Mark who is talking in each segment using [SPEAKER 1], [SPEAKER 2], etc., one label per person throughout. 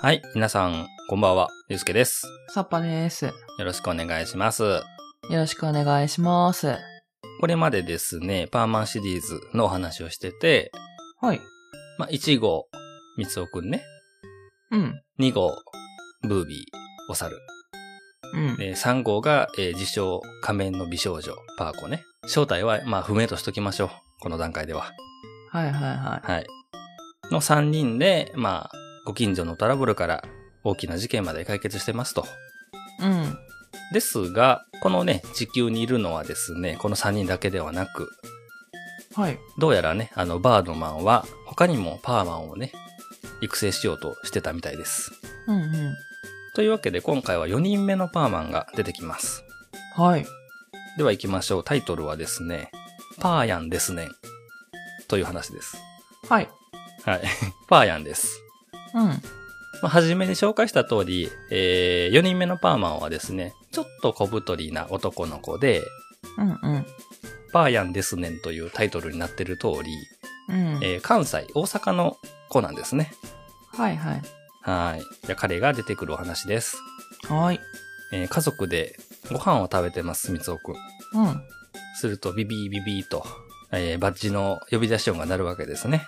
[SPEAKER 1] はい、皆さん、こんばんは、ゆうすけです。
[SPEAKER 2] サッパです。よ
[SPEAKER 1] よろしくお願いします。
[SPEAKER 2] ろしくお願いします。
[SPEAKER 1] これまでですね、パーマンシリーズのお話をしてて、
[SPEAKER 2] はい。
[SPEAKER 1] まあ、1号、みつおくんね。
[SPEAKER 2] うん。
[SPEAKER 1] 2号、ブービー、お猿。
[SPEAKER 2] うん。
[SPEAKER 1] で、3号が、えー自称、仮面の美少女、パーコね。正体は、まあ、不明としときましょう。この段階では。
[SPEAKER 2] はいはいは
[SPEAKER 1] はい。の3人で、まあ、ご近所のトラブルから大きな事件まで解決してますと。
[SPEAKER 2] い。うん。
[SPEAKER 1] ですが、このね、地球にいるのはですね、この3人だけではなく、
[SPEAKER 2] はい。
[SPEAKER 1] どうやらね、あの、バードマンは、他にもパーマンをね、育成しようとしてたみたいです。
[SPEAKER 2] うんう
[SPEAKER 1] というわけで、今回は4人目のパーマンが出てきます。
[SPEAKER 2] ん。はい。
[SPEAKER 1] では行きましょう。タイトルはですね、パーヤンですねん。という話です。
[SPEAKER 2] はい。
[SPEAKER 1] はい。 パーヤンです。
[SPEAKER 2] うん。
[SPEAKER 1] まあ、初めに紹介した通り、え4人目のパーマンはですね、ちょっと小太りな男の子で、
[SPEAKER 2] うんうん。
[SPEAKER 1] パーヤンですねんというタイトルになってる通り、
[SPEAKER 2] うん。
[SPEAKER 1] えー関西、大阪の子なんですね。
[SPEAKER 2] はいはい。
[SPEAKER 1] はい。じゃあ彼が出てくるお話です。
[SPEAKER 2] はい。
[SPEAKER 1] えー家族でご飯を食べてます、みつおくん。
[SPEAKER 2] うん。
[SPEAKER 1] すると、ビビービビーと、えーバッジの呼び出し音が鳴るわけですね。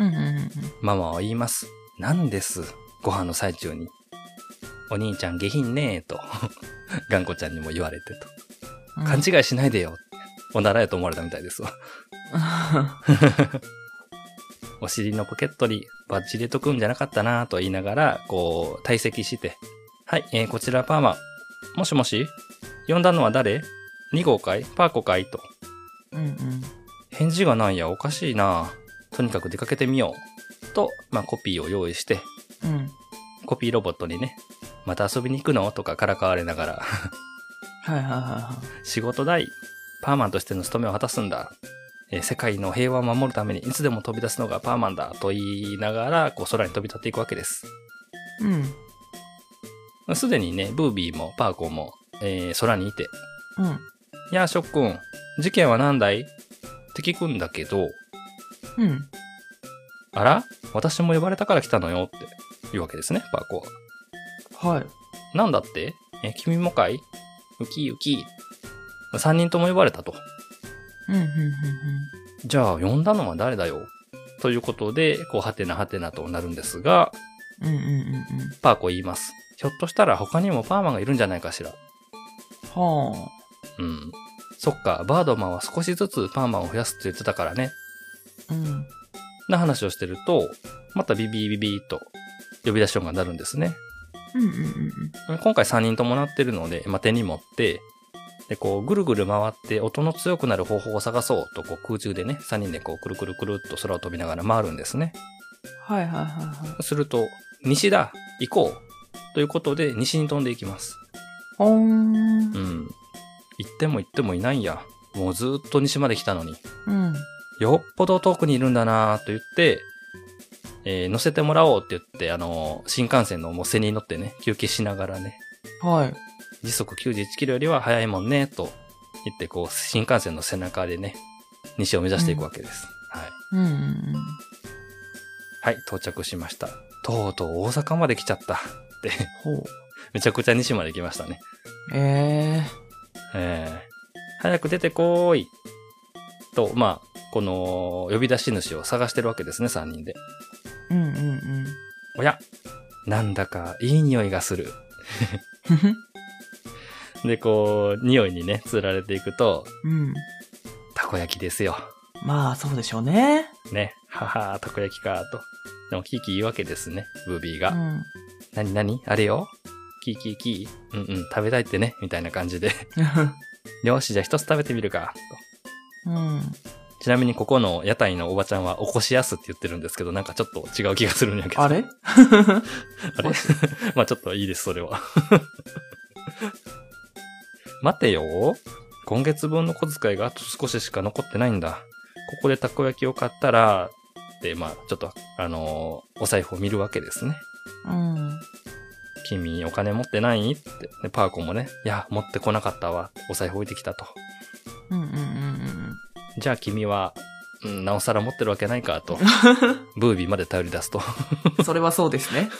[SPEAKER 2] うんうんうん。
[SPEAKER 1] ママは言います。なんです。ご飯の最中に。お兄ちゃん下品ねえと、 頑固ちゃんにも言われてと。
[SPEAKER 2] うん
[SPEAKER 1] 勘違いしないでよ。おならやと思われたみたいですわ。お尻のポケットにバッチ入れとくんじゃなかったなぁと言いながら、こう、退席して。はい、えーこちらパーマ。もしもし呼んだのは誰 ?2 号かいパーコかいと。
[SPEAKER 2] うんうん。
[SPEAKER 1] 返事がないや、おかしいなぁとにかく出かけてみよう。と、まあ、コピーを用意して、
[SPEAKER 2] うん。
[SPEAKER 1] コピーロボットにね、また遊びに行くのとかからかわれながら、
[SPEAKER 2] はいはいは
[SPEAKER 1] 仕事代、パーマンとしての務めを果たすんだ。えー世界の平和を守るためにいつでも飛び出すのがパーマンだと言いながら、こう空に飛び立っていくわけです。
[SPEAKER 2] いはい。うん。
[SPEAKER 1] すでにね、ブービーもパーコも、えー空にいて、
[SPEAKER 2] うん。
[SPEAKER 1] やあ、ショックン、事件は何だいって聞くんだけど、
[SPEAKER 2] うん。
[SPEAKER 1] あら私も呼ばれたから来たのよって言うわけですね、パーコは。
[SPEAKER 2] はい。
[SPEAKER 1] なんだってえ、君もかいウキウキ。三人とも呼ばれたと。
[SPEAKER 2] うんうん
[SPEAKER 1] じゃあ、呼んだのは誰だよということで、こう、はてなはてなとなるんですが、
[SPEAKER 2] うんうん。うんうんうんうん。
[SPEAKER 1] パーコ言います。ひょっとしたら他にもパーマンがいるんじゃないかしら。
[SPEAKER 2] は
[SPEAKER 1] うん。そっか、バードマンは少しずつパーマンを増やすって言ってたからね。
[SPEAKER 2] あ。うん。
[SPEAKER 1] な話をしてると、またビビビビーと呼び出し音が鳴るんですね。
[SPEAKER 2] うんうんうん
[SPEAKER 1] 今回3人ともなってるので、まあ手に持って、で、こう、ぐるぐる回って音の強くなる方法を探そうと、こう、空中でね、3人でこう、くるくるくるっと空を飛びながら回るんですね。
[SPEAKER 2] はいはいはいはい。
[SPEAKER 1] すると、西だ行こうということで、西に飛んでいきます。
[SPEAKER 2] ほーん
[SPEAKER 1] う。ん。行っても行ってもいないんや。もうずーっと西まで来たのに。
[SPEAKER 2] うん。
[SPEAKER 1] よっぽど遠くにいるんだなーと言って、えー乗せてもらおうって言って、あのー新幹線のもう背に乗ってね、休憩しながらね、
[SPEAKER 2] はい。
[SPEAKER 1] 時速91キロよりは速いもんね、と言って、こう、新幹線の背中でね、西を目指していくわけです。はい。
[SPEAKER 2] うんうんうん。
[SPEAKER 1] はい、到着しました。とうとう大阪まで来 ちゃった。って、
[SPEAKER 2] ほう。
[SPEAKER 1] めちゃくちゃ西まで来ましたね。
[SPEAKER 2] え
[SPEAKER 1] えー、早く出てこーい。と、まあ、この、呼び出し主を探してるわけですね、3人で。
[SPEAKER 2] えうんうんうん。
[SPEAKER 1] おやなんだかいい匂いがする。
[SPEAKER 2] ふふ
[SPEAKER 1] で、こう、匂いにね、釣られていくと、
[SPEAKER 2] うん。
[SPEAKER 1] たこ焼きですよ。
[SPEAKER 2] まあ、そうでしょうね。
[SPEAKER 1] ね。はは、たこ焼きか、と。でも、キーキー言うわけですね、ブービー
[SPEAKER 2] う
[SPEAKER 1] が。
[SPEAKER 2] ん。
[SPEAKER 1] なになにあれよキーキーキーうんうん、食べたいってね、みたいな感じで。 よし、じゃあ一つ食べてみるか、
[SPEAKER 2] うん。
[SPEAKER 1] と。ちなみに、ここの屋台のおばちゃんは、起こしやすって言ってるんですけど、なんかちょっと違う気がするんやけど。
[SPEAKER 2] あれ
[SPEAKER 1] あれ まあちょっといいです、それは。 待てよ。今月分の小遣いがあと少ししか残ってないんだ。ここでたこ焼きを買ったら、って、まあちょっと、あのーお財布を見るわけですね。
[SPEAKER 2] うん。
[SPEAKER 1] 君、お金持ってないって。で、パーコもね、いや、持ってこなかったわ。お財布置いてきたと。
[SPEAKER 2] うんうんうん
[SPEAKER 1] じゃあ君は、うん、なおさら 持ってるわけないかと。ブービーまで頼り出すと。
[SPEAKER 2] うん。それはそうですね。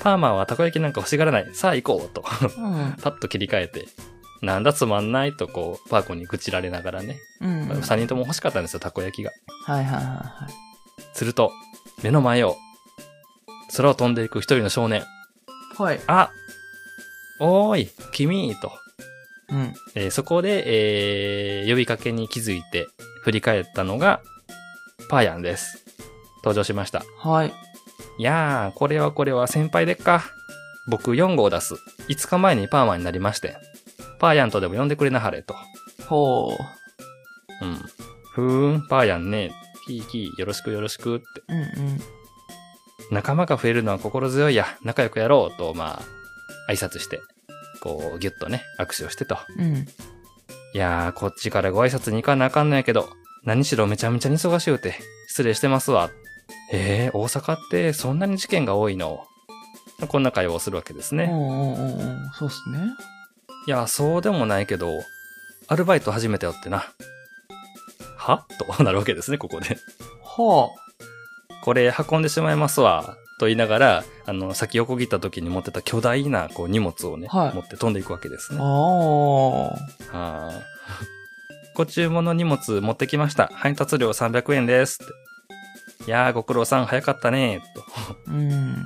[SPEAKER 1] パーマはたこ焼きなんか欲しがらない。さあ行こうと。
[SPEAKER 2] うん。
[SPEAKER 1] パッと切り替えて、なんだつまんないとこう、パーコに愚痴られながらね。
[SPEAKER 2] うん。はい
[SPEAKER 1] 3人とも欲しかったんですよ、たこ焼きが。
[SPEAKER 2] はいはいはい。
[SPEAKER 1] すると、目の前を、空を飛んでいく一人の少年。
[SPEAKER 2] はい。
[SPEAKER 1] あおーい、君と。
[SPEAKER 2] うん。
[SPEAKER 1] えーそこで、えー呼びかけに気づいて、振り返ったのが、パーヤンです。登場しました。
[SPEAKER 2] はい。
[SPEAKER 1] いやー、これはこれは先輩でっか。僕4号出す。5日前にパーマンになりまして。パーヤンとでも呼んでくれなはれと。
[SPEAKER 2] ほ
[SPEAKER 1] うん。ふーん、パーヤンね。キーキー、よろしくよろしくって。
[SPEAKER 2] う。うんうん。
[SPEAKER 1] 仲間が増えるのは心強いや。仲良くやろうと、まあ、挨拶して。こう、ぎゅっとね、握手をしてと。
[SPEAKER 2] うん。
[SPEAKER 1] いやー、こっちからご挨拶に行かなあかんのやけど、何しろめちゃめちゃに忙しゅうて、失礼してますわ。えー、大阪ってそんなに事件が多いのこんな会話をするわけですね。
[SPEAKER 2] うんうんうんうん。そうっすね。
[SPEAKER 1] いや、そうでもないけど、アルバイト初めてよってな。はと なるわけですね、ここで。
[SPEAKER 2] は
[SPEAKER 1] これ運んでしまいますわ。と言いながら、あの、先横切った時に持ってた巨大なこう荷物をね、
[SPEAKER 2] はい
[SPEAKER 1] 持って飛んでいくわけです
[SPEAKER 2] あ。
[SPEAKER 1] ね。
[SPEAKER 2] ああ。
[SPEAKER 1] はーご注文の荷物持ってきました。配達料300円です。っていやー、ご苦労さん早かったね。と。
[SPEAKER 2] うん。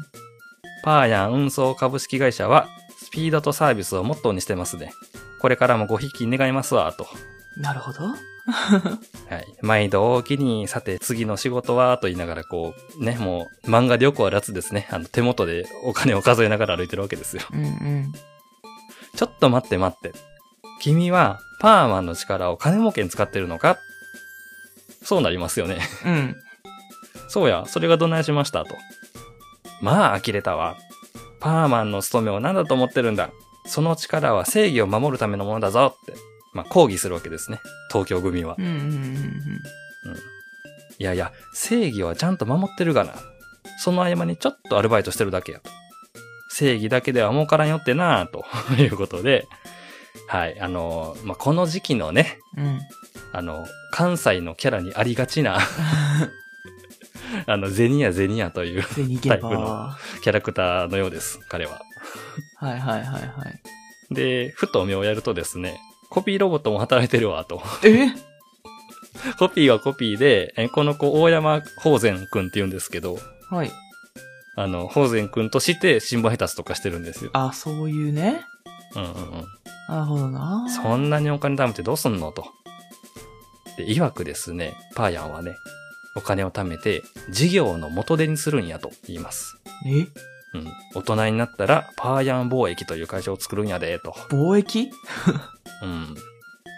[SPEAKER 1] パーヤン運送株式会社は、スピードとサービスをモットーにしてますね。これからもごひいき願いますわ。と。
[SPEAKER 2] なるほど。
[SPEAKER 1] はい。毎度お気に、さて次の仕事は、と言いながらこう、ね、もう漫画でよくあるやつですね。あの手元でお金を数えながら歩いてるわけですよ。
[SPEAKER 2] うんうん。
[SPEAKER 1] ちょっと待って待って。君はパーマンの力を金儲けに使ってるのかそうなりますよね。
[SPEAKER 2] うん。
[SPEAKER 1] そうや、それがどないしましたと。まあ、呆れたわ。パーマンの務めを何だと思ってるんだ。その力は正義を守るためのものだぞって。まあ、抗議するわけですね。東京組は
[SPEAKER 2] う。んうんうんうん。
[SPEAKER 1] いやいや、正義はちゃんと守ってるがな。その合間にちょっとアルバイトしてるだけやと。正義だけでは儲からんよってなぁ、と いうことで。はい、あのーまあ、この時期のね、
[SPEAKER 2] うん。
[SPEAKER 1] あの、関西のキャラにありが ちな、あの、ゼニアゼニアという
[SPEAKER 2] で、逃げば。
[SPEAKER 1] タイプの
[SPEAKER 2] は
[SPEAKER 1] キャラクターのようです、彼は。
[SPEAKER 2] いはいは いはい。
[SPEAKER 1] で、ふと目をやるとですね、コピーロボットも働いてるわ、と。
[SPEAKER 2] え
[SPEAKER 1] コピーはコピーで、えこの子、大山宝善くんって言うんですけど、
[SPEAKER 2] はい。
[SPEAKER 1] あの、宝善くんとして新聞配達とかしてるんですよ。
[SPEAKER 2] あ、そういうね。
[SPEAKER 1] うんうんうん。
[SPEAKER 2] なるほどな。
[SPEAKER 1] そんなにお金貯めてどうすんのと。で、曰くですね、パーヤンはね、お金を貯めて事業の元手にするんやと言います。
[SPEAKER 2] え
[SPEAKER 1] うん。大人になったらパーヤン貿易という会社を作るんやで、と。
[SPEAKER 2] 貿易
[SPEAKER 1] うん。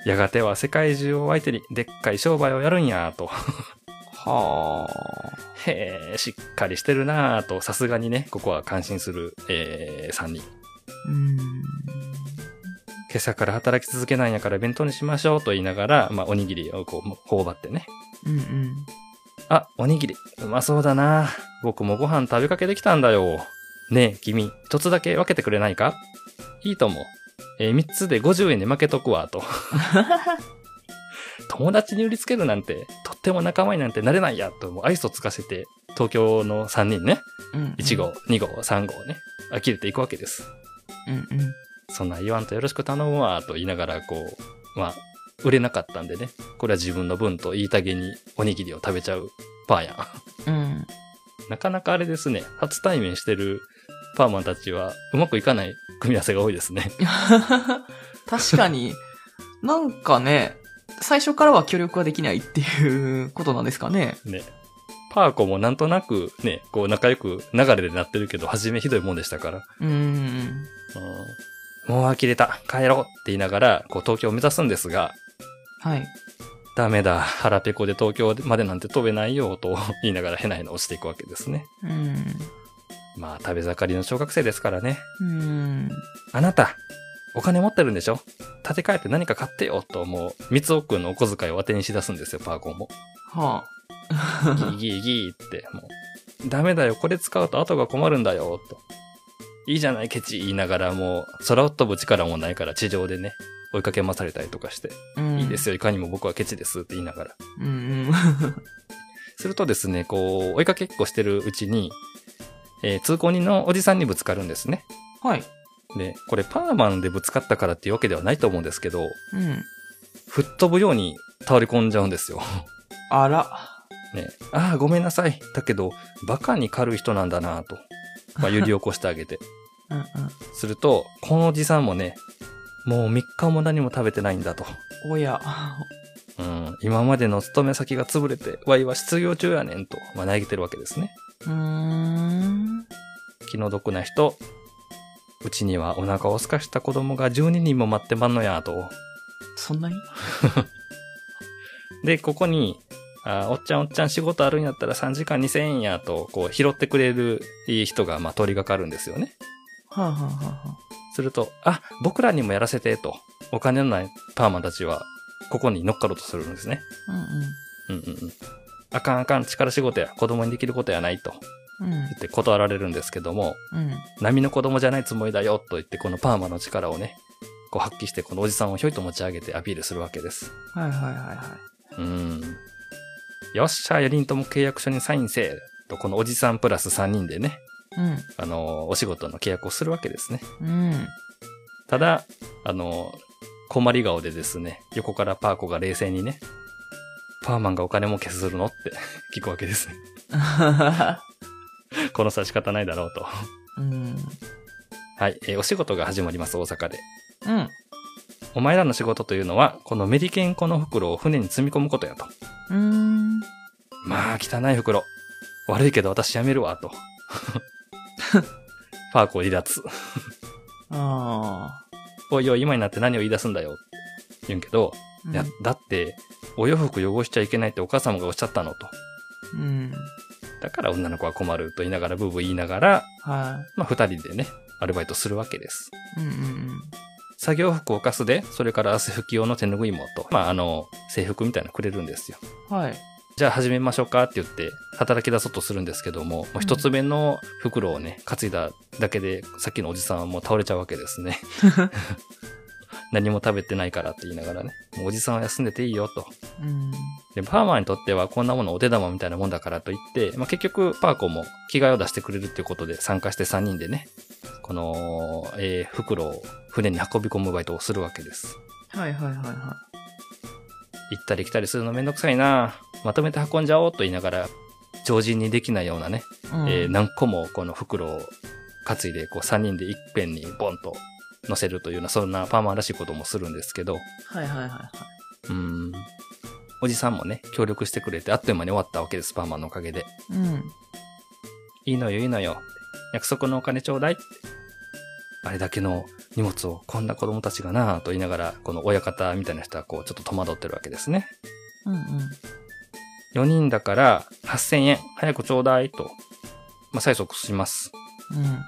[SPEAKER 1] やがては世界中を相手にでっかい商売をやるんや、と。
[SPEAKER 2] は
[SPEAKER 1] へえ、しっかりしてるなぁと、さすがにね、ここは感心する、えー、3人。
[SPEAKER 2] あ。うん。
[SPEAKER 1] 今朝から働き続けないんやから弁当にしましょうと言いながら、まあ、おにぎりをこう、頬張ってね。
[SPEAKER 2] うんうん。
[SPEAKER 1] あ、おにぎり、うまそうだな。僕もご飯食べかけてきたんだよ。ねえ、君、一つだけ分けてくれないかいいとも。えー、3つで50円で負けとくわ、 と。友達に売りつけるなんて、とっても仲間になんてなれないや、と、もう愛想つかせて、東京の3人ね、
[SPEAKER 2] うん。
[SPEAKER 1] 1号。、2号、3号ね、呆れていくわけです。
[SPEAKER 2] うんうん。
[SPEAKER 1] そんなん言わんとよろしく頼むわ、と言いながら、こう、まあ、売れなかったんでね、これは自分の分といいたげにおにぎりを食べちゃうパンやん。
[SPEAKER 2] うん。
[SPEAKER 1] なかなかあれですね、初対面してるパーマンたちはうまくいかない組み合わせが多いですね。
[SPEAKER 2] 確かに、なんかね、最初からは協力はできないっていうことなんですかね。
[SPEAKER 1] ね。パーコもなんとなくね、こう仲良く流れでなってるけど、初めひどいもんでしたから。
[SPEAKER 2] うん。
[SPEAKER 1] うん、もう呆れた帰ろうって言いながら、こう東京を目指すんですが、
[SPEAKER 2] はい。
[SPEAKER 1] ダメだ、腹ペコで東京までなんて飛べないよ、と 言いながらへなへな落ちていくわけですね。
[SPEAKER 2] うん。
[SPEAKER 1] まあ、食べ盛りの小学生ですからね。
[SPEAKER 2] うん。
[SPEAKER 1] あなた、お金持ってるんでしょ立て替えて何か買ってよと、もう、三尾くんのお小遣いを当てにしだすんですよ、パーコンも。
[SPEAKER 2] は
[SPEAKER 1] ギーギーギーって、もう、ダメだよ、これ使うと後が困るんだよ、と。いいじゃない、ケチ言いながらもう、空を飛ぶ力もないから地上でね、追いかけ回されたりとかして、
[SPEAKER 2] あ。うん。
[SPEAKER 1] いいです
[SPEAKER 2] よ。
[SPEAKER 1] よ、いかにも僕はケチですって言いながら。
[SPEAKER 2] うんうん。
[SPEAKER 1] するとですね、こう、追いかけっこしてるうちに、えー通行人のおじさんにぶつかるんですね。
[SPEAKER 2] はい。
[SPEAKER 1] で、これパーマンでぶつかったからっていうわけではないと思うんですけど、
[SPEAKER 2] うん。
[SPEAKER 1] 吹っ飛ぶように倒れ込んじゃうんですよ。
[SPEAKER 2] あら。
[SPEAKER 1] ね、ああ、ごめんなさい。だけど、バカに軽い人なんだなぁと。 まあ、揺り起こしてあげて。
[SPEAKER 2] うんうん。
[SPEAKER 1] すると、このおじさんもね、もう3日も何も食べてないんだと。
[SPEAKER 2] おや。
[SPEAKER 1] うん、今までの勤め先が潰れて、わいは失業中やねんと、まあ、嘆いてるわけですね。
[SPEAKER 2] うーん。
[SPEAKER 1] 気の毒な人、うちにはお腹を空かした子供が12人も待ってまんのやと。
[SPEAKER 2] そんなに
[SPEAKER 1] で、ここに、あおっちゃんおっちゃん仕事あるんやったら3時間2000円やと、こう拾ってくれるいい人が、まあ、通りがかるんですよね。
[SPEAKER 2] はあ、はあはあは
[SPEAKER 1] すると、あ、僕らにもやらせて、と。お金のないパーマンたちは、ここに乗っかろうとするんですね。
[SPEAKER 2] あ、
[SPEAKER 1] うんうんうん。あかんあかん、力仕事や、子供にできることやない、と
[SPEAKER 2] うんうん。
[SPEAKER 1] 言って断られるんですけども、
[SPEAKER 2] うん。うん。
[SPEAKER 1] 波の子供じゃないつもりだよ、と言って、このパーマの力をね、こう発揮して、このおじさんをひょいと持ち上げてアピールするわけです。
[SPEAKER 2] はいはいはいは
[SPEAKER 1] うん。よっしゃ、4人とも契約書にサインせえ、と、このおじさんプラス3人でね、
[SPEAKER 2] い。
[SPEAKER 1] あの、お仕事の契約をするわけですね。
[SPEAKER 2] うん。うん。
[SPEAKER 1] ただ、あの、困り顔でですね、横からパーコが冷静にね、パーマンがお金儲けするのって聞くわけですね。この差し方ないだろうと。
[SPEAKER 2] うん。
[SPEAKER 1] はい、えーお仕事が始まります、大阪で。
[SPEAKER 2] うん。
[SPEAKER 1] お前らの仕事というのは、このメリケン粉の袋を船に積み込むことやと。
[SPEAKER 2] うん。
[SPEAKER 1] まあ、汚い袋。悪いけど私やめるわ、と。 パーコ離脱。
[SPEAKER 2] ああ。
[SPEAKER 1] おいおい、今になって何を言い出すんだよ。言うんけど、いや、だって、お洋服汚しちゃいけないってお母様がおっしゃったの、と。
[SPEAKER 2] うん。
[SPEAKER 1] だから女の子は困ると言いながら、ブーブー言いながら、
[SPEAKER 2] は
[SPEAKER 1] まあ二人でね、アルバイトするわけです。
[SPEAKER 2] い。うんうん
[SPEAKER 1] 作業服を貸すで、それから汗拭き用の手拭いもと、まああの、制服みたいなのくれるんですよ。
[SPEAKER 2] うん。はい。
[SPEAKER 1] じゃあ始めましょうかって言って、働き出そうとするんですけども、もう一つ目の袋をね、担いだだけで、さっきのおじさんはもう倒れちゃうわけですね。何も食べてないからって言いながらね、もうおじさんは休んでていいよと。
[SPEAKER 2] うん。
[SPEAKER 1] で、パーマにとってはこんなものお手玉みたいなもんだからと言って、まあ、結局、パーコも着替えを出してくれるっていうことで参加して3人でね、この、えー袋を船に運び込むバイトをするわけです。
[SPEAKER 2] はいはいはいは
[SPEAKER 1] 行ったり来たりするのめんどくさいなまとめて運んじゃおうと言いながら、常人にできないようなね、
[SPEAKER 2] い。うん、
[SPEAKER 1] えー何個もこの袋を担いで、こう3人で一遍にボンと乗せるというような、そんなパーマらしいこともするんですけど、
[SPEAKER 2] はいはいはいはい。
[SPEAKER 1] うん、おじさんもね、協力してくれて、あっという間に終わったわけです、パーマのおかげで。
[SPEAKER 2] うん。
[SPEAKER 1] いいのよ、いいのよ。約束のお金ちょうだいって。あれだけの荷物をこんな子供たちがなぁと言いながら、この親方みたいな人はこう、ちょっと戸惑ってるわけですね。
[SPEAKER 2] うんうん。
[SPEAKER 1] 4人だから8000円、早くちょうだいと、まあ、催促します。
[SPEAKER 2] うん。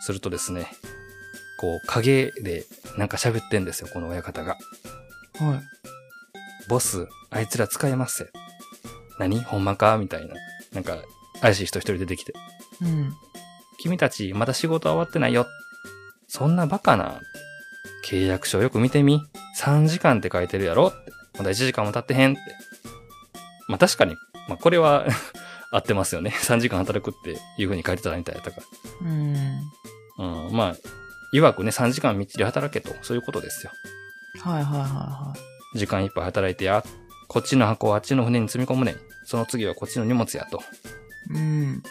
[SPEAKER 1] するとですね、こう、影でなんか喋ってんですよ、この親方が。
[SPEAKER 2] はい。
[SPEAKER 1] ボス、あいつら使えますせ。何ほんまかみたいな。なんか、怪しい人一人出てきて。
[SPEAKER 2] うん。
[SPEAKER 1] 君たちまだ仕事は終わってないよ。そんなバカな。契約書よく見てみ。3時間って書いてるやろって。まだ1時間も経ってへんって。まあ確かに、まあこれは 合ってますよね。3時間働くっていう風に書いてたみたいだったか
[SPEAKER 2] うん。
[SPEAKER 1] ら。うん、まあ、いわくね、3時間みっちり働けと。そういうことですよ。
[SPEAKER 2] はいはいはいは
[SPEAKER 1] 時間いっぱい働いてや。こっちの箱をあっちの船に積み込むねん。その次はこっちの荷物やと。
[SPEAKER 2] い。うん。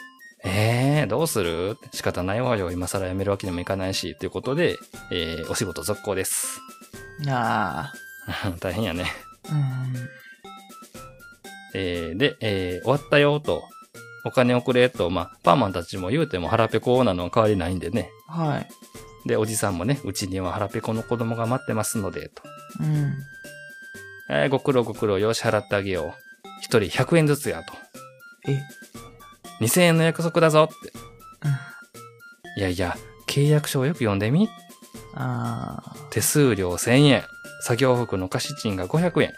[SPEAKER 1] ええー、どうする仕方ないわよ。今更辞めるわけにもいかないし。ということで、えー、お仕事続行です。
[SPEAKER 2] ああ。
[SPEAKER 1] 大変やね。
[SPEAKER 2] うん。
[SPEAKER 1] えー、で、えー、終わったよ、と。お金をくれ、と。まあ、パーマンたちも言うても腹ペコなのは変わりないんでね。
[SPEAKER 2] はい。
[SPEAKER 1] で、おじさんもね、うちには腹ペコの子供が待ってますので、と。
[SPEAKER 2] うん。
[SPEAKER 1] えー、ご苦労ご苦労、よし、払ってあげよう。一人100円ずつや、と。
[SPEAKER 2] え。
[SPEAKER 1] 2000円の約束だぞ、って。いやいや、契約書をよく読んでみ。
[SPEAKER 2] ああ。
[SPEAKER 1] 手数料1000円、作業服の貸し賃が500円、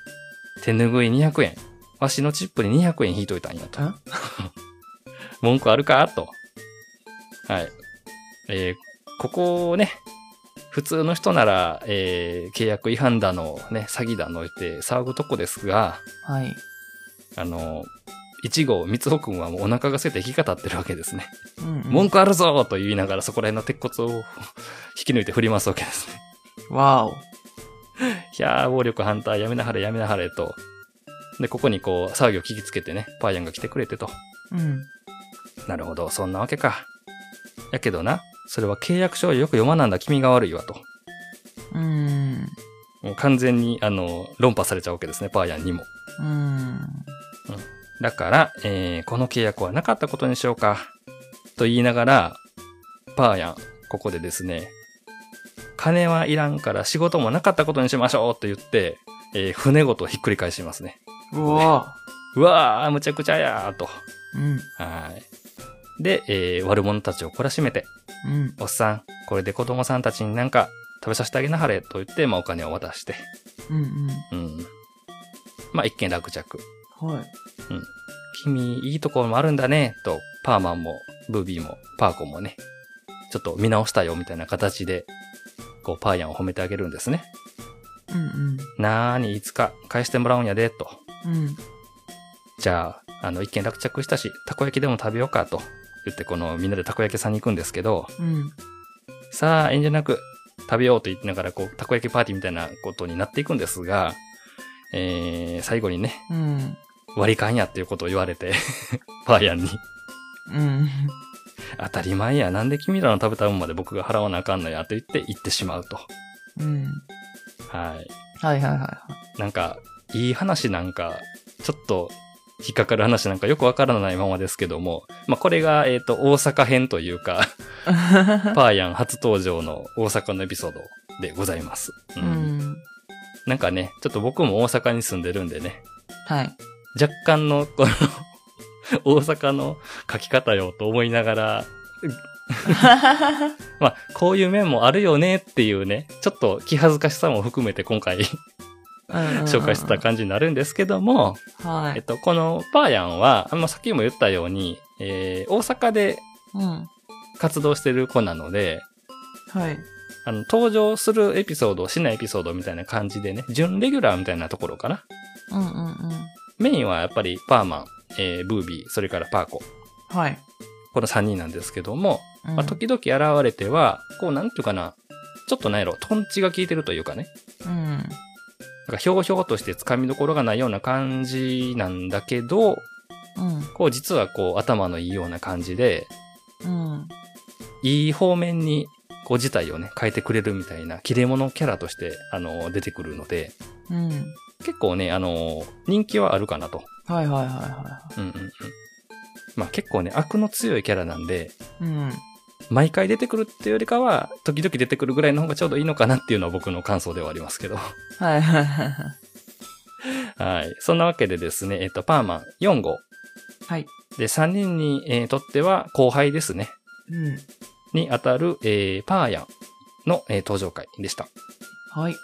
[SPEAKER 1] 手拭い200円、わしのチップに200円引いといたんやと。
[SPEAKER 2] ん
[SPEAKER 1] 文句あるかと。はい。えーここをね、普通の人なら、えー契約違反だの、ね、詐欺だの言って騒ぐとこですが、
[SPEAKER 2] はい。
[SPEAKER 1] あの、 1号、三穂くんはもうお腹が空いて息が立ってるわけですね。
[SPEAKER 2] うんうん
[SPEAKER 1] 文句あるぞと言いながらそこら辺の鉄骨を 引き抜いて振り回すわけですね。
[SPEAKER 2] わお。
[SPEAKER 1] いやー、暴力反対、やめなはれ、やめなはれと。で、ここにこう、騒ぎを聞きつけてね、パーヤンが来てくれてと。
[SPEAKER 2] うん。
[SPEAKER 1] なるほど、そんなわけか。やけどな、それは契約書をよく読まなんだ君が悪いわと。
[SPEAKER 2] うん。
[SPEAKER 1] もう完全に、あの、論破されちゃうわけですね、パーヤンにも。
[SPEAKER 2] うん。
[SPEAKER 1] だから、えーこの契約はなかったことにしようか。と言いながら、パーヤン、ここでですね、金はいらんから仕事もなかったことにしましょうと言って、えー船ごとひっくり返しますね。
[SPEAKER 2] うわ
[SPEAKER 1] うわー、むちゃくちゃやーと。
[SPEAKER 2] うん。
[SPEAKER 1] はい。で、えー悪者たちを懲らしめて、
[SPEAKER 2] うん。
[SPEAKER 1] おっさん、これで子供さんたちになんか食べさせてあげなはれと言って、まあお金を渡して、
[SPEAKER 2] う
[SPEAKER 1] う
[SPEAKER 2] ん。
[SPEAKER 1] ん。まあ一件落着。
[SPEAKER 2] うん。はい。
[SPEAKER 1] 君、いいところもあるんだね、と、パーマンも、ブービーも、パーコもね、ちょっと見直したよ、みたいな形で、こう、パーヤンを褒めてあげるんですね。
[SPEAKER 2] うん
[SPEAKER 1] なーに、いつか返してもらうんやで、と。
[SPEAKER 2] うん。うん。
[SPEAKER 1] じゃあ、あの、一件落着したし、たこ焼きでも食べようか、と言って、この、みんなでたこ焼き屋さんに行くんですけど、
[SPEAKER 2] うん。
[SPEAKER 1] さあ、遠慮なく食べようと言ってながら、こう、たこ焼きパーティーみたいなことになっていくんですが、えー、最後にね、
[SPEAKER 2] うん。
[SPEAKER 1] 割り勘やっていうことを言われて、 パーヤンに。
[SPEAKER 2] うん。
[SPEAKER 1] 当たり前や。なんで君らの食べた分まで僕が払わなあかんのや。と言って行ってしまうと。
[SPEAKER 2] うん。
[SPEAKER 1] は。
[SPEAKER 2] はいはいはいはい
[SPEAKER 1] なんか、いい話なんか、ちょっと引っかかる話なんかよくわからないままですけども、まあこれが、えっ、と、大阪編というか、
[SPEAKER 2] い。
[SPEAKER 1] パーヤン初登場の大阪のエピソードでございます。う。
[SPEAKER 2] うんん。
[SPEAKER 1] なんかね、ちょっと僕も大阪に住んでるんでね、
[SPEAKER 2] はい。
[SPEAKER 1] 若干の、この、大阪の書き方よと思いながら、まあ、こういう面もあるよねっていうね、ちょっと気恥ずかしさも含めて今回 紹介してた感じになるんですけども、
[SPEAKER 2] ら。は
[SPEAKER 1] えっ
[SPEAKER 2] い。
[SPEAKER 1] と、このパーヤンは、あの、さっきも言ったように、えー大阪で
[SPEAKER 2] うん。
[SPEAKER 1] 活動してる子なので、
[SPEAKER 2] はい。
[SPEAKER 1] あの、登場するエピソード、しないエピソードみたいな感じでね、準レギュラーみたいなところかな。
[SPEAKER 2] うんうんうん。
[SPEAKER 1] メインはやっぱりパーマン、えーブービー、それからパーコ。
[SPEAKER 2] はい。
[SPEAKER 1] この3人なんですけども、
[SPEAKER 2] うん
[SPEAKER 1] まあ、時々現れては、こう、なんていうかな、ちょっとなんやろ、トンチが効いてるというかね、
[SPEAKER 2] うん。
[SPEAKER 1] なんかひょうひょうとしてつかみどころがないような感じなんだけど、
[SPEAKER 2] うん。
[SPEAKER 1] こう実はこう頭のいいような感じで、
[SPEAKER 2] うん。
[SPEAKER 1] いい方面にこう事態をね、変えてくれるみたいな切れ者キャラとして、あの、出てくるので、
[SPEAKER 2] うん。
[SPEAKER 1] 結構ね、あの、人気はあるかなと。
[SPEAKER 2] はいはいはいは
[SPEAKER 1] うんうんうん。まあ結構ね、悪の強いキャラなんで、
[SPEAKER 2] い。うん。
[SPEAKER 1] 毎回出てくるっていうよりかは、時々出てくるぐらいの方がちょうどいいのかなっていうのは僕の感想ではありますけど。
[SPEAKER 2] はいはいはいはい。
[SPEAKER 1] はい。そんなわけでですね、えっと、パーマン4号。
[SPEAKER 2] はい。
[SPEAKER 1] で、3人に、えーとっては後輩ですね、
[SPEAKER 2] うん。
[SPEAKER 1] にあたる、えーパーヤンの、えー登場会でした。
[SPEAKER 2] はい。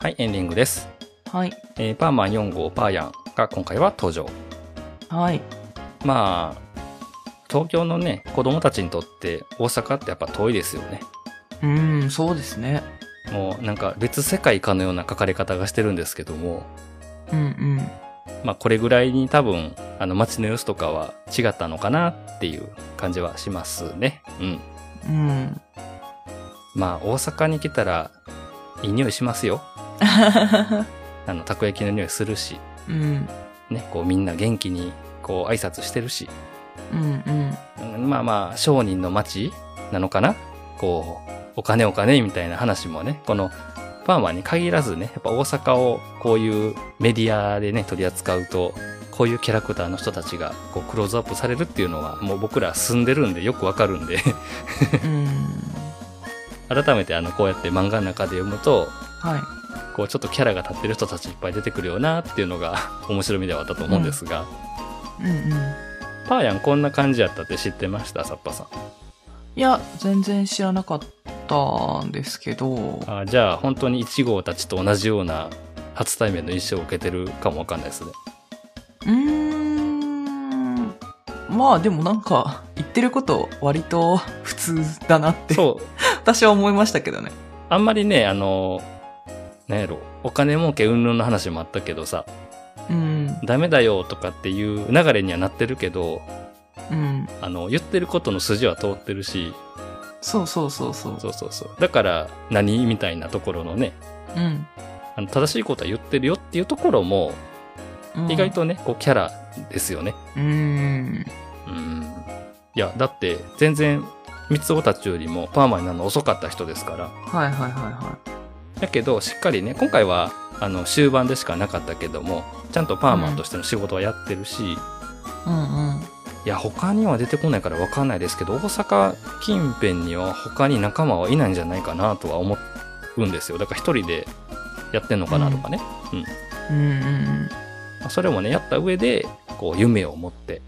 [SPEAKER 1] はい、エンディングです。
[SPEAKER 2] はい。
[SPEAKER 1] えーパーマン4号、パーヤンが今回は登場。
[SPEAKER 2] はい。
[SPEAKER 1] まあ、東京のね、子供たちにとって大阪ってやっぱ遠いですよね。
[SPEAKER 2] うん、そうですね。
[SPEAKER 1] もうなんか別世界かのような書かれ方がしてるんですけども、
[SPEAKER 2] うん
[SPEAKER 1] まあこれぐらいに多分、あの街の様子とかは違ったのかなっていう感じはしますね。うん。
[SPEAKER 2] うん。うん。
[SPEAKER 1] まあ大阪に来たらいい匂いしますよ。あの、たこ焼きの匂いするし、
[SPEAKER 2] うん。
[SPEAKER 1] ね、こうみんな元気に、こう挨拶してるし、
[SPEAKER 2] うんうん。
[SPEAKER 1] うんまあまあ、商人の町なのかなこう、お金お金みたいな話もね、この、パーマに限らずね、やっぱ大阪をこういうメディアでね、取り扱うと、こういうキャラクターの人たちがこうクローズアップされるっていうのはもう僕ら住んでるんでよくわかるんで、
[SPEAKER 2] うん。
[SPEAKER 1] 改めてあのこうやって漫画の中で読むと、
[SPEAKER 2] はい。
[SPEAKER 1] こうちょっとキャラが立ってる人たちいっぱい出てくるよなっていうのが面白みではあったと思うんですが、
[SPEAKER 2] うんうん。
[SPEAKER 1] パーヤンこんな感じやったって知ってましたサッパさん。
[SPEAKER 2] いや、全然知らなかったんですけど、
[SPEAKER 1] あじゃあ本当に1号たちと同じような初対面の印象を受けてるかもわかんないですね。
[SPEAKER 2] うーん、まあでもなんか、言ってること割と普通だなって、
[SPEAKER 1] そう。
[SPEAKER 2] 私は思いましたけどね。
[SPEAKER 1] あんまりね、あの、なんやろ、お金儲け云々の話もあったけどさ、
[SPEAKER 2] うん。
[SPEAKER 1] ダメだよとかっていう流れにはなってるけど、
[SPEAKER 2] うん。
[SPEAKER 1] あの、言ってることの筋は通ってるし、
[SPEAKER 2] そうそうそうそう。
[SPEAKER 1] そうそうそう。だから何、みたいなところのね、
[SPEAKER 2] うん。
[SPEAKER 1] あの正しいことは言ってるよっていうところも、
[SPEAKER 2] うん
[SPEAKER 1] 意外。とね、こうキャラですよね。
[SPEAKER 2] うん。
[SPEAKER 1] うん。いや、だって、全然、三つ男たちよりもパーマになるの遅かった人ですから。
[SPEAKER 2] はいはいはいはい。
[SPEAKER 1] だけど、しっかりね、今回は、あの、終盤でしかなかったけども、ちゃんとパーマンとしての仕事はやってるし、い
[SPEAKER 2] うんうん。
[SPEAKER 1] や、他には出てこないからわかんないですけど、大阪近辺には他に仲間はいないんじゃないかなとは思うんですよ。だから一人でやってんのかなとかね。
[SPEAKER 2] うんうんうん。
[SPEAKER 1] まあそれもね、やった上で、こう、夢を持って、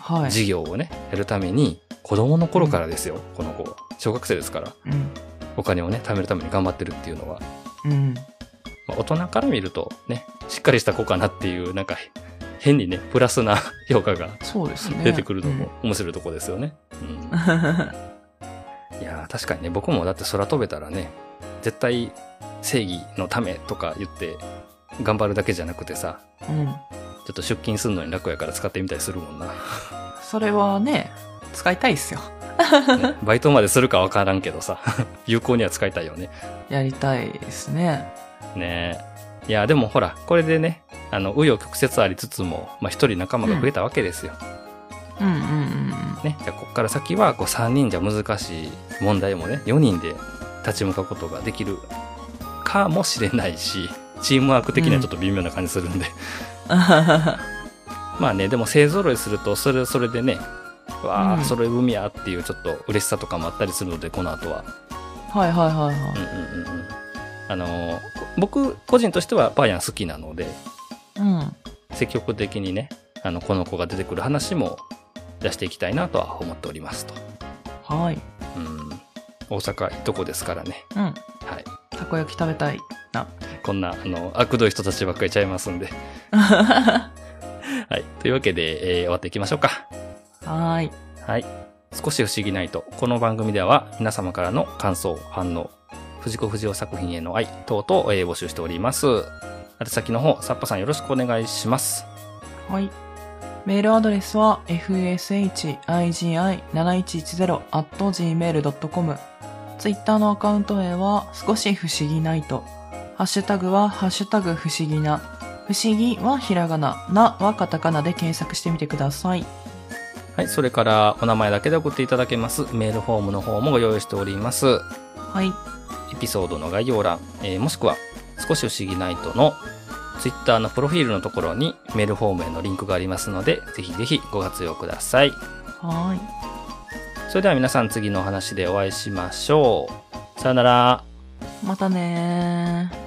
[SPEAKER 2] はい。
[SPEAKER 1] 事業をね、やるために、子供の頃からですよ、この子は。小学生ですから。
[SPEAKER 2] うん。
[SPEAKER 1] お金をね、貯めるために頑張ってるっていうのは、
[SPEAKER 2] うん。
[SPEAKER 1] まあ、大人から見るとね、しっかりした子かなっていう、なんかへ変にね、プラスな 評価が
[SPEAKER 2] そうですね。
[SPEAKER 1] 出てくるのも面白いとこですよね。うん
[SPEAKER 2] う
[SPEAKER 1] いやー確かにね、僕もだって空飛べたらね、絶対正義のためとか言って、頑張るだけじゃなくてさ、
[SPEAKER 2] ん。うん。
[SPEAKER 1] ちょっと出勤するのに楽やから使ってみたりするもんな。
[SPEAKER 2] それはね、使いたいっすよ。
[SPEAKER 1] ねバイトまでするかわからんけどさ、 有効には使いたいよね。
[SPEAKER 2] やりたいですね。
[SPEAKER 1] ねえ。いや、でもほら、これでね、あの、紆余曲折ありつつも、まあ、一人仲間が増えたわけですよ。
[SPEAKER 2] うんうんうん
[SPEAKER 1] ね。じゃあ、こっから先は、こう、3人じゃ難しい問題もね、4人で立ち向かうことができるかもしれないし、チームワーク的にはちょっと微妙な感じするんで。 まあね、でも勢揃いすると、それはそれでね、わあ、
[SPEAKER 2] うん
[SPEAKER 1] 揃い踏みやっていうちょっと嬉しさとかもあったりするので、この後は。
[SPEAKER 2] はいはいはいはい。
[SPEAKER 1] うんうんうんうん。あのーこ僕個人としてはパーヤン好きなので、
[SPEAKER 2] うん。
[SPEAKER 1] 積極的にねあのこの子が出てくる話も出していきたいなとは思っておりますと、
[SPEAKER 2] はい。
[SPEAKER 1] うん、大阪いいとこですからね、
[SPEAKER 2] うん。
[SPEAKER 1] はい、
[SPEAKER 2] たこ焼き食べたい な。
[SPEAKER 1] こんなあの悪どい人たちばっかりちゃいますんで、
[SPEAKER 2] は
[SPEAKER 1] はい、というわけで、えー終わっていきましょうか
[SPEAKER 2] ーい。
[SPEAKER 1] はい少し不思議ないとこの番組では皆様からの感想反応藤子不二雄作品への愛等々、えー募集しております宛先の方サッパさんよろしくお願いします
[SPEAKER 2] はい。メールアドレスは fshigi7110.gmail.com ツイッターのアカウント名は少し不思議ないと。ハッシュタグはハッシュタグ不思議な。不思議はひらがな、なはカタカナで検索してみてください。
[SPEAKER 1] はい、それからお名前だけで送っていただけますメールフォームの方もご用意しております。
[SPEAKER 2] はい。
[SPEAKER 1] エピソードの概要欄、えーもしくは少し不思議ナイトの Twitter のプロフィールのところにメールフォームへのリンクがありますので、ぜひぜひご活用ください。
[SPEAKER 2] はーい。
[SPEAKER 1] それでは皆さん次のお話でお会いしましょう。さよなら。
[SPEAKER 2] またねー。